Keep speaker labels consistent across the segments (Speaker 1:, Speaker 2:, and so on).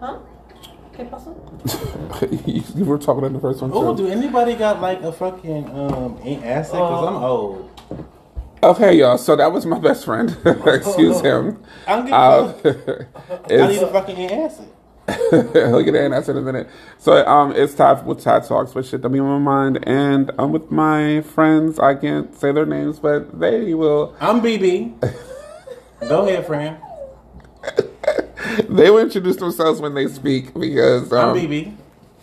Speaker 1: Huh? ¿Qué pasó?
Speaker 2: you you were talking in the first one.
Speaker 3: Oh,
Speaker 2: too.
Speaker 3: do anybody got like a fucking um ain't asset? Cause I'm old.
Speaker 2: Okay, y'all. So that was my best friend. Excuse him.
Speaker 3: I don't give a
Speaker 2: Uh,
Speaker 3: fuck. I need
Speaker 2: it's,
Speaker 3: a fucking ain't asset.
Speaker 2: look at that answer in a minute. So um, it's time with Tad Talks with shit that be on my mind, and um, with my friends, I can't say their names, but they will.
Speaker 3: I'm BB. Go ahead, friend.
Speaker 2: They will introduce themselves when they speak because
Speaker 3: I'm
Speaker 2: um,
Speaker 3: BB.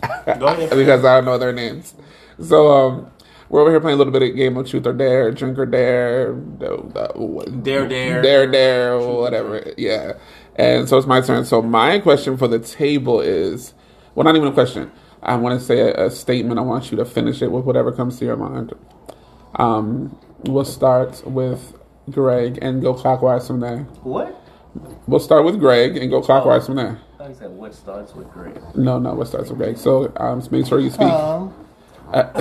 Speaker 3: Go ahead. friend.
Speaker 2: because I don't know their names. So um, we're over here playing a little bit of game of truth or dare, drink or dare, no, uh, what-
Speaker 3: Dare, dare.
Speaker 2: dare, dare, whatever. Yeah. And so it's my turn. So my question for the table is, well, not even a question. I want to say a, a statement. I want you to finish it with whatever comes to your mind. Um, we'll start with Greg and go clockwise from there.
Speaker 4: What? Oh.
Speaker 2: We'll start with Greg and go clockwise from there.
Speaker 4: I thought you said what starts with great.
Speaker 2: No, no, we'll start with Greg. So um, make sure you speak.
Speaker 3: Um,
Speaker 2: Well,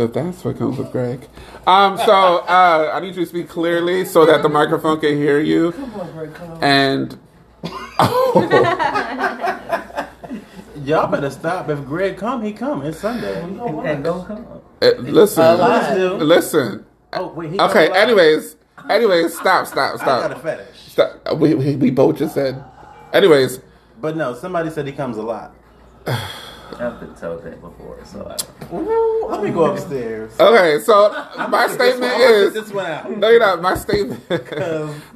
Speaker 2: if Oh, that's what comes with Greg. Um, so uh, I need you to speak clearly so that the microphone can hear you. And
Speaker 3: y'all better stop. If Greg come, he come. It's Sunday.
Speaker 4: And don't come.
Speaker 2: uh, listen,
Speaker 3: Lies do.
Speaker 2: listen.
Speaker 3: Oh wait. He
Speaker 2: Okay. uh,
Speaker 3: got a lie.
Speaker 2: Anyways, anyways, stop, stop,
Speaker 3: I got a
Speaker 2: stop.
Speaker 3: fetish.
Speaker 2: stop. We, we we both just said. Anyways,
Speaker 3: But no, somebody said he comes a lot.
Speaker 4: I've been told that before, so I don't.
Speaker 3: Ooh, let me go upstairs.
Speaker 2: okay. So my
Speaker 3: This one-
Speaker 2: statement
Speaker 3: I'm gonna
Speaker 2: is.
Speaker 3: sit This one out. Um,
Speaker 2: No, you're not. My statement.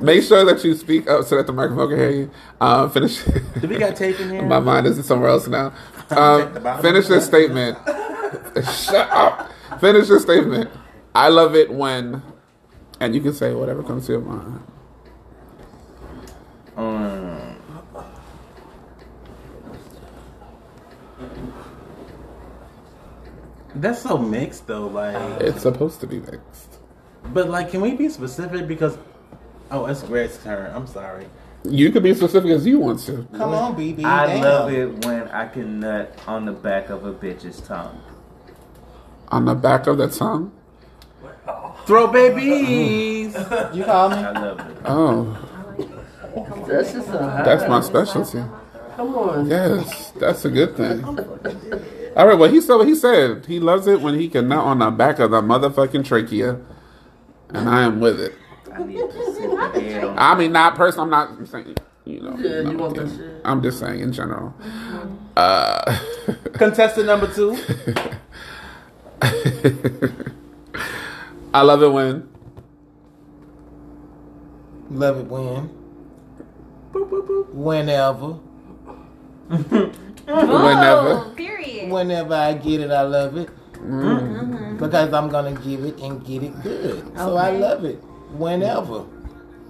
Speaker 2: Make sure that you speak up so that the microphone can hear you. Um, finish.
Speaker 3: Do we got tape in here?
Speaker 2: My mind is somewhere else now.
Speaker 3: Check the
Speaker 2: Um,
Speaker 3: bottom.
Speaker 2: finish this statement. Shut up. Finish this statement. I love it when, and you can say whatever comes to your mind.
Speaker 3: Mm. That's so mixed though, like
Speaker 2: It's supposed to be mixed.
Speaker 3: but like can we be specific because oh it's Greg's turn. I'm sorry.
Speaker 2: You can be specific as you want to.
Speaker 5: Come on, BB.
Speaker 4: I
Speaker 5: damn.
Speaker 4: love it when I can nut on the back of a bitch's tongue.
Speaker 2: On the back of the tongue.
Speaker 3: Throw babies.
Speaker 5: You call me?
Speaker 4: I love it.
Speaker 2: Oh,
Speaker 6: That's just a
Speaker 2: that's my specialty.
Speaker 6: Come on.
Speaker 2: Yes, that's a good thing. All right, well, he said what he said. He loves it when he can nut on the back of the motherfucking trachea, and I am with it.
Speaker 4: I need to sit the head on
Speaker 2: I mean, not personal. I'm not saying, you know.
Speaker 6: Yeah, you want that
Speaker 2: yeah.
Speaker 6: shit.
Speaker 2: I'm just saying in general. Uh,
Speaker 3: Contestant number two.
Speaker 2: I love it when
Speaker 5: Love it when. Whenever.
Speaker 6: Oh.
Speaker 1: Oh,
Speaker 2: Whenever.
Speaker 7: Period.
Speaker 5: Whenever I get it, I love it.
Speaker 2: Mm-hmm.
Speaker 5: Because I'm going to give it and get it good. So I love it. Whenever.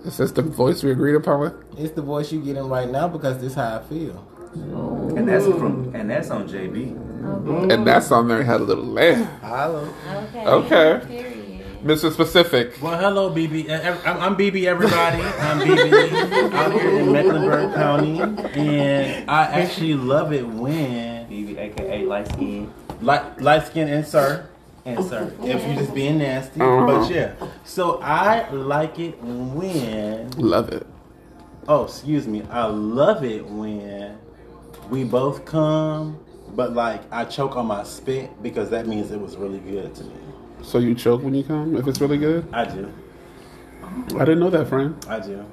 Speaker 2: it's just the voice we agreed upon. With.
Speaker 5: It's the voice you're getting right now because this is how I feel.
Speaker 4: And that's from and that's on JB.
Speaker 2: And
Speaker 6: Mm.
Speaker 2: that song there had a little laugh.
Speaker 5: Hello.
Speaker 7: Okay.
Speaker 2: Okay.
Speaker 7: Period.
Speaker 2: Mr. Specific.
Speaker 3: Well, hello, BB. Uh, ev- I'm, I'm BB, everybody. I'm BB. I'm here in Mecklenburg County, and I actually love it when
Speaker 4: BB aka light skin.
Speaker 3: light, light skin and sir, and sir. If you just being nasty, but yeah. So I like it when.
Speaker 2: Love it.
Speaker 3: Oh, excuse me. I love it when we both come, but like I choke on my spit because that means it was really good to me.
Speaker 2: So you choke when you come if it's really good?
Speaker 3: I do.
Speaker 2: I didn't know that, friend.
Speaker 3: I do.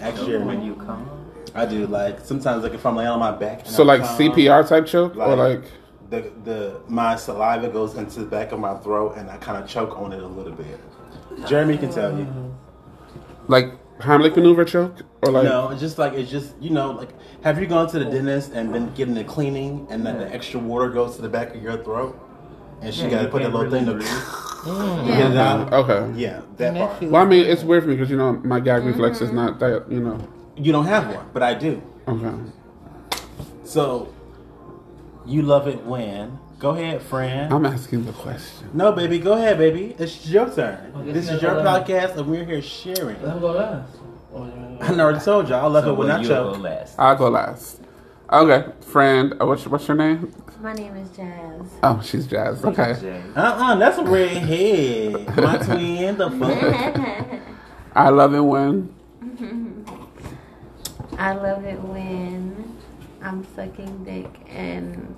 Speaker 3: Actually,
Speaker 4: Sure. When you come.
Speaker 3: I do. Like sometimes, like if I'm laying on my back. and
Speaker 2: So
Speaker 3: I
Speaker 2: like
Speaker 3: come,
Speaker 2: CPR type choke or
Speaker 3: Like-
Speaker 2: like
Speaker 3: the the my saliva goes into the back of my throat and I kind of choke on it a little bit. Jeremy can tell you.
Speaker 2: like Heimlich maneuver choke or like
Speaker 3: No, it's just like it's just you know like have you gone to the dentist and been getting a cleaning and then the extra water goes to the back of your throat and she
Speaker 4: Yeah,
Speaker 3: got to
Speaker 4: you
Speaker 3: put that little
Speaker 4: can't
Speaker 3: thing to
Speaker 4: really
Speaker 3: get it out.
Speaker 2: okay.
Speaker 3: Yeah, that
Speaker 5: that
Speaker 3: part.
Speaker 5: feels-
Speaker 2: Well, I mean, it's weird for me because you know my gag reflex
Speaker 6: Mm-hmm.
Speaker 2: is not that you know.
Speaker 3: You don't have one, but I do.
Speaker 2: Okay.
Speaker 3: So you love it when. Go ahead, friend.
Speaker 2: I'm asking the question.
Speaker 3: No, baby, go ahead, baby. It's your turn.
Speaker 6: Okay,
Speaker 3: this is
Speaker 6: go
Speaker 3: your
Speaker 6: ahead.
Speaker 3: podcast, and we're here sharing.
Speaker 6: Let him go last. Oh, yeah.
Speaker 3: I already told y'all, I love
Speaker 4: So
Speaker 3: it when I
Speaker 4: when you go
Speaker 3: choke.
Speaker 4: last.
Speaker 2: I'll go last. Okay, friend. uh, What's what's your name?
Speaker 7: My name is Jazz.
Speaker 2: Oh, she's Jazz. Okay.
Speaker 4: Jay.
Speaker 3: Uh uh that's a red head. My twin, the fuck.
Speaker 2: I love it when
Speaker 7: I love it when
Speaker 1: I'm sucking dick and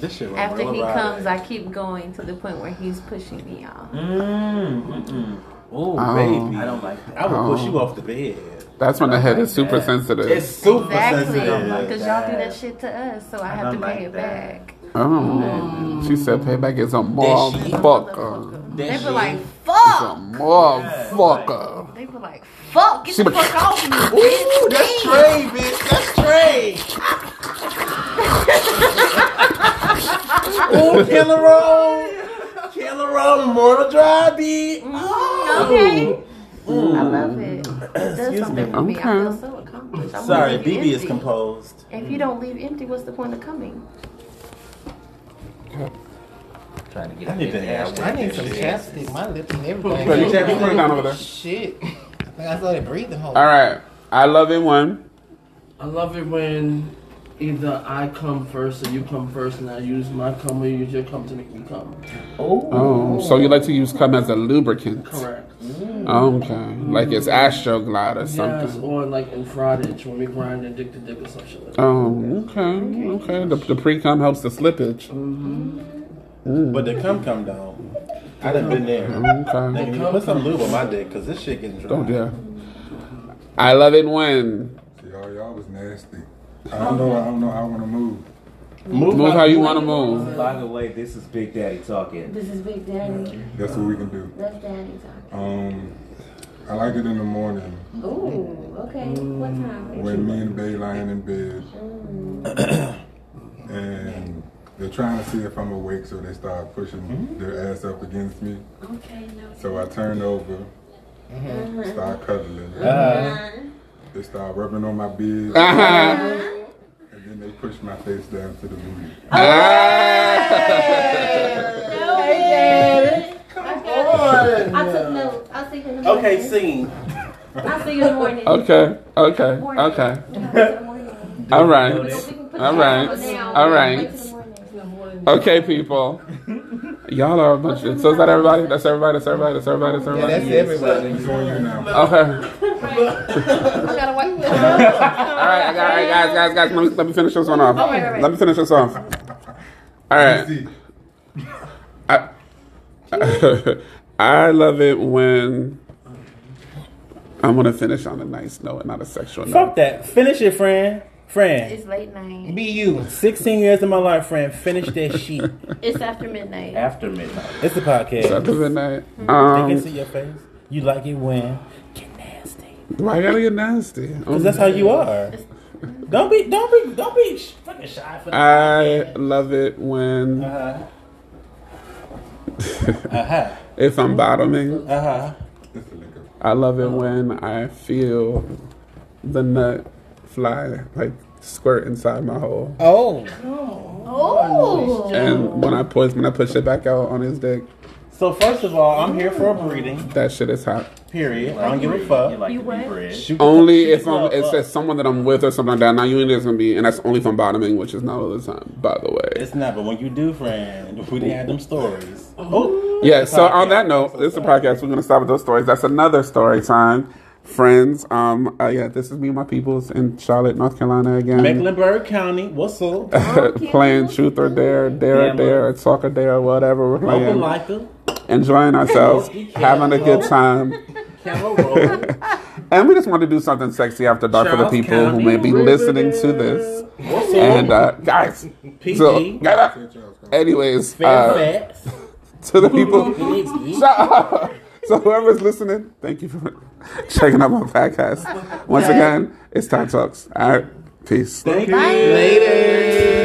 Speaker 3: This shit was
Speaker 1: after
Speaker 3: real
Speaker 1: he
Speaker 3: right.
Speaker 1: comes I keep going to the point where he's pushing me off.
Speaker 4: Mm, mm-mm.
Speaker 3: Oh,
Speaker 2: Oh.
Speaker 3: baby.
Speaker 4: I don't like that.
Speaker 3: I will push
Speaker 2: Oh.
Speaker 3: you off the bed.
Speaker 2: That's when the head is super
Speaker 4: Yeah.
Speaker 2: sensitive.
Speaker 3: It's super
Speaker 1: Exactly, Oh
Speaker 3: sensitive.
Speaker 4: like
Speaker 1: because y'all do
Speaker 4: that.
Speaker 1: that shit to us, so I,
Speaker 4: I
Speaker 1: have to pay
Speaker 4: don't like
Speaker 1: it
Speaker 4: that.
Speaker 1: back.
Speaker 2: oh. She said payback is a
Speaker 3: shit.
Speaker 2: motherfucker.
Speaker 1: Motherfucker.
Speaker 3: That
Speaker 1: They be
Speaker 3: shit.
Speaker 1: like,
Speaker 2: It's a
Speaker 1: fuck.
Speaker 2: motherfucker.
Speaker 1: They be like, fuck. Get
Speaker 2: She
Speaker 1: the
Speaker 2: be-
Speaker 1: fuck off me, bitch.
Speaker 3: Ooh, that's Trey, bitch. That's Trey. Ooh, Killer Roll. Killer Roll, Mortal Drive, bitch.
Speaker 1: Mm-hmm. Okay. Mm, I love it. It does
Speaker 3: Excuse
Speaker 1: something
Speaker 3: me.
Speaker 1: for me. I
Speaker 2: Okay.
Speaker 1: feel so accomplished. I wanna
Speaker 3: Sorry,
Speaker 1: leave you
Speaker 3: BB is
Speaker 1: empty.
Speaker 3: composed.
Speaker 1: If you don't leave empty, what's the point of coming?
Speaker 4: Trying to get
Speaker 3: I need
Speaker 4: in
Speaker 3: to
Speaker 4: there.
Speaker 3: ask
Speaker 4: I
Speaker 5: I
Speaker 4: want
Speaker 5: need
Speaker 4: that
Speaker 5: some
Speaker 4: shit.
Speaker 5: chapstick, my lips and
Speaker 2: Put your chapstick
Speaker 5: everything. Oh,
Speaker 2: down over there.
Speaker 5: Shit. Like I started breathing home.
Speaker 2: All right. I love it one.
Speaker 6: I love it when either I come first or you come first, and I use my come or you use your come to make me come.
Speaker 2: Oh, so you like to use cum as a lubricant.
Speaker 6: Correct.
Speaker 2: Okay. Like it's Astroglide or
Speaker 6: Yes,
Speaker 2: something.
Speaker 6: or like in Friday when we grind and dick to dick or some shit like that.
Speaker 2: Oh, okay. Okay. The, the pre cum helps the slippage.
Speaker 3: But the come come down. I done been there.
Speaker 2: Okay.
Speaker 3: Nigga, you put some lube on my dick, cause this shit getting dry.
Speaker 2: Oh, yeah. I love it when.
Speaker 7: Y'all, y'all was nasty. I don't know. I don't know how I want to move.
Speaker 2: Move how you want to move.
Speaker 4: By the way, this is Big Daddy talking.
Speaker 8: This is Big Daddy.
Speaker 7: That's what we can do.
Speaker 8: That's Daddy time.
Speaker 7: Um, I like it in the morning
Speaker 8: Ooh, okay. What time?
Speaker 7: when me and Bay lying in bed, and they're trying to see if I'm awake, so they start pushing their ass up against me.
Speaker 8: Okay, no. Mm-hmm.
Speaker 7: So I turn over, start cuddling.
Speaker 3: Uh-huh. Uh,
Speaker 7: They start rubbing on my beard,
Speaker 2: Uh-huh.
Speaker 7: and then they push my face down to the booty.
Speaker 8: Okay. I took notes. I'll see you in the morning.
Speaker 3: Okay, sing.
Speaker 8: I'll see you in the morning.
Speaker 2: Okay. Okay. Okay. All right. All right. All right. Okay, people. Y'all are a bunch of. So is that everybody? That's everybody. That's everybody. That's everybody. That's
Speaker 5: Yeah, that's
Speaker 2: everybody.
Speaker 5: everybody.
Speaker 7: It's on you now.
Speaker 1: I
Speaker 2: Okay.
Speaker 1: gotta wait. oh,
Speaker 2: All right. I got, all right, guys, guys, guys. Let me, let me finish this one off.
Speaker 1: wait, wait, wait.
Speaker 2: Let me finish this off. All right.
Speaker 7: See,
Speaker 2: I, I love it when I want to finish on a nice note and not a sexual
Speaker 9: Fuck
Speaker 2: note.
Speaker 9: that. Finish it, friend. Friend.
Speaker 1: It's late night.
Speaker 5: Be you.
Speaker 9: 16 years of my life, friend. Finish that shit.
Speaker 1: It's after midnight.
Speaker 4: After midnight.
Speaker 9: It's a podcast.
Speaker 2: After midnight.
Speaker 9: They can
Speaker 2: Um,
Speaker 9: see your face. You like it when. Get nasty.
Speaker 2: why gotta get nasty? Oh
Speaker 9: Because that's how you are. Don't be, don't be, don't be sh- fucking shy for that.
Speaker 2: I love it when
Speaker 9: Uh-huh.
Speaker 2: if I'm bottoming,
Speaker 9: Uh-huh.
Speaker 7: it's a liquor.
Speaker 2: I love it when I feel the nut fly like squirt inside my hole,
Speaker 9: Oh.
Speaker 1: Oh,
Speaker 2: and when I push when I push it back out on his dick,
Speaker 9: So first of all, I'm here for a breeding.
Speaker 2: that shit is hot.
Speaker 9: Period. I don't give a fuck.
Speaker 4: You like
Speaker 1: You
Speaker 4: to
Speaker 1: what?
Speaker 4: be bread.
Speaker 9: Shoot the-
Speaker 2: Only
Speaker 9: shoot
Speaker 2: if
Speaker 9: the
Speaker 2: I'm,
Speaker 9: club
Speaker 2: it
Speaker 9: up.
Speaker 2: says someone that I'm with or something like that. Now you ain't just gonna be, and that's only if I'm bottoming, which is not all the time, by the way.
Speaker 3: It's not, but when you do, friend, we done had them stories. Oh,
Speaker 2: Yeah. So on that note, this is a podcast. We're gonna stop with those stories. That's another story time, friends. Um, uh, yeah, this is me and my peoples in Charlotte, North Carolina again,
Speaker 9: Mecklenburg County. What's up?
Speaker 2: playing truth or dare, dare or
Speaker 4: Yeah,
Speaker 2: dare, or talk or dare, or whatever. We're
Speaker 9: Open
Speaker 2: playing,
Speaker 9: like a
Speaker 2: enjoying ourselves, having a good time,
Speaker 9: camel roll.
Speaker 2: and we just want to do something sexy after dark for the
Speaker 9: Charles
Speaker 2: people who
Speaker 9: County,
Speaker 2: may be listening to this.
Speaker 9: What's up?
Speaker 2: And uh, guys,
Speaker 9: PG.
Speaker 2: so.
Speaker 7: Get y'all's come.
Speaker 2: Anyways,
Speaker 9: Fair
Speaker 2: uh,
Speaker 9: facts.
Speaker 2: to the people. Shut up. So whoever's listening, thank you for checking out my podcast. Once again, it's Time Talks. All right, peace.
Speaker 3: thank you.
Speaker 1: Bye.
Speaker 3: Later.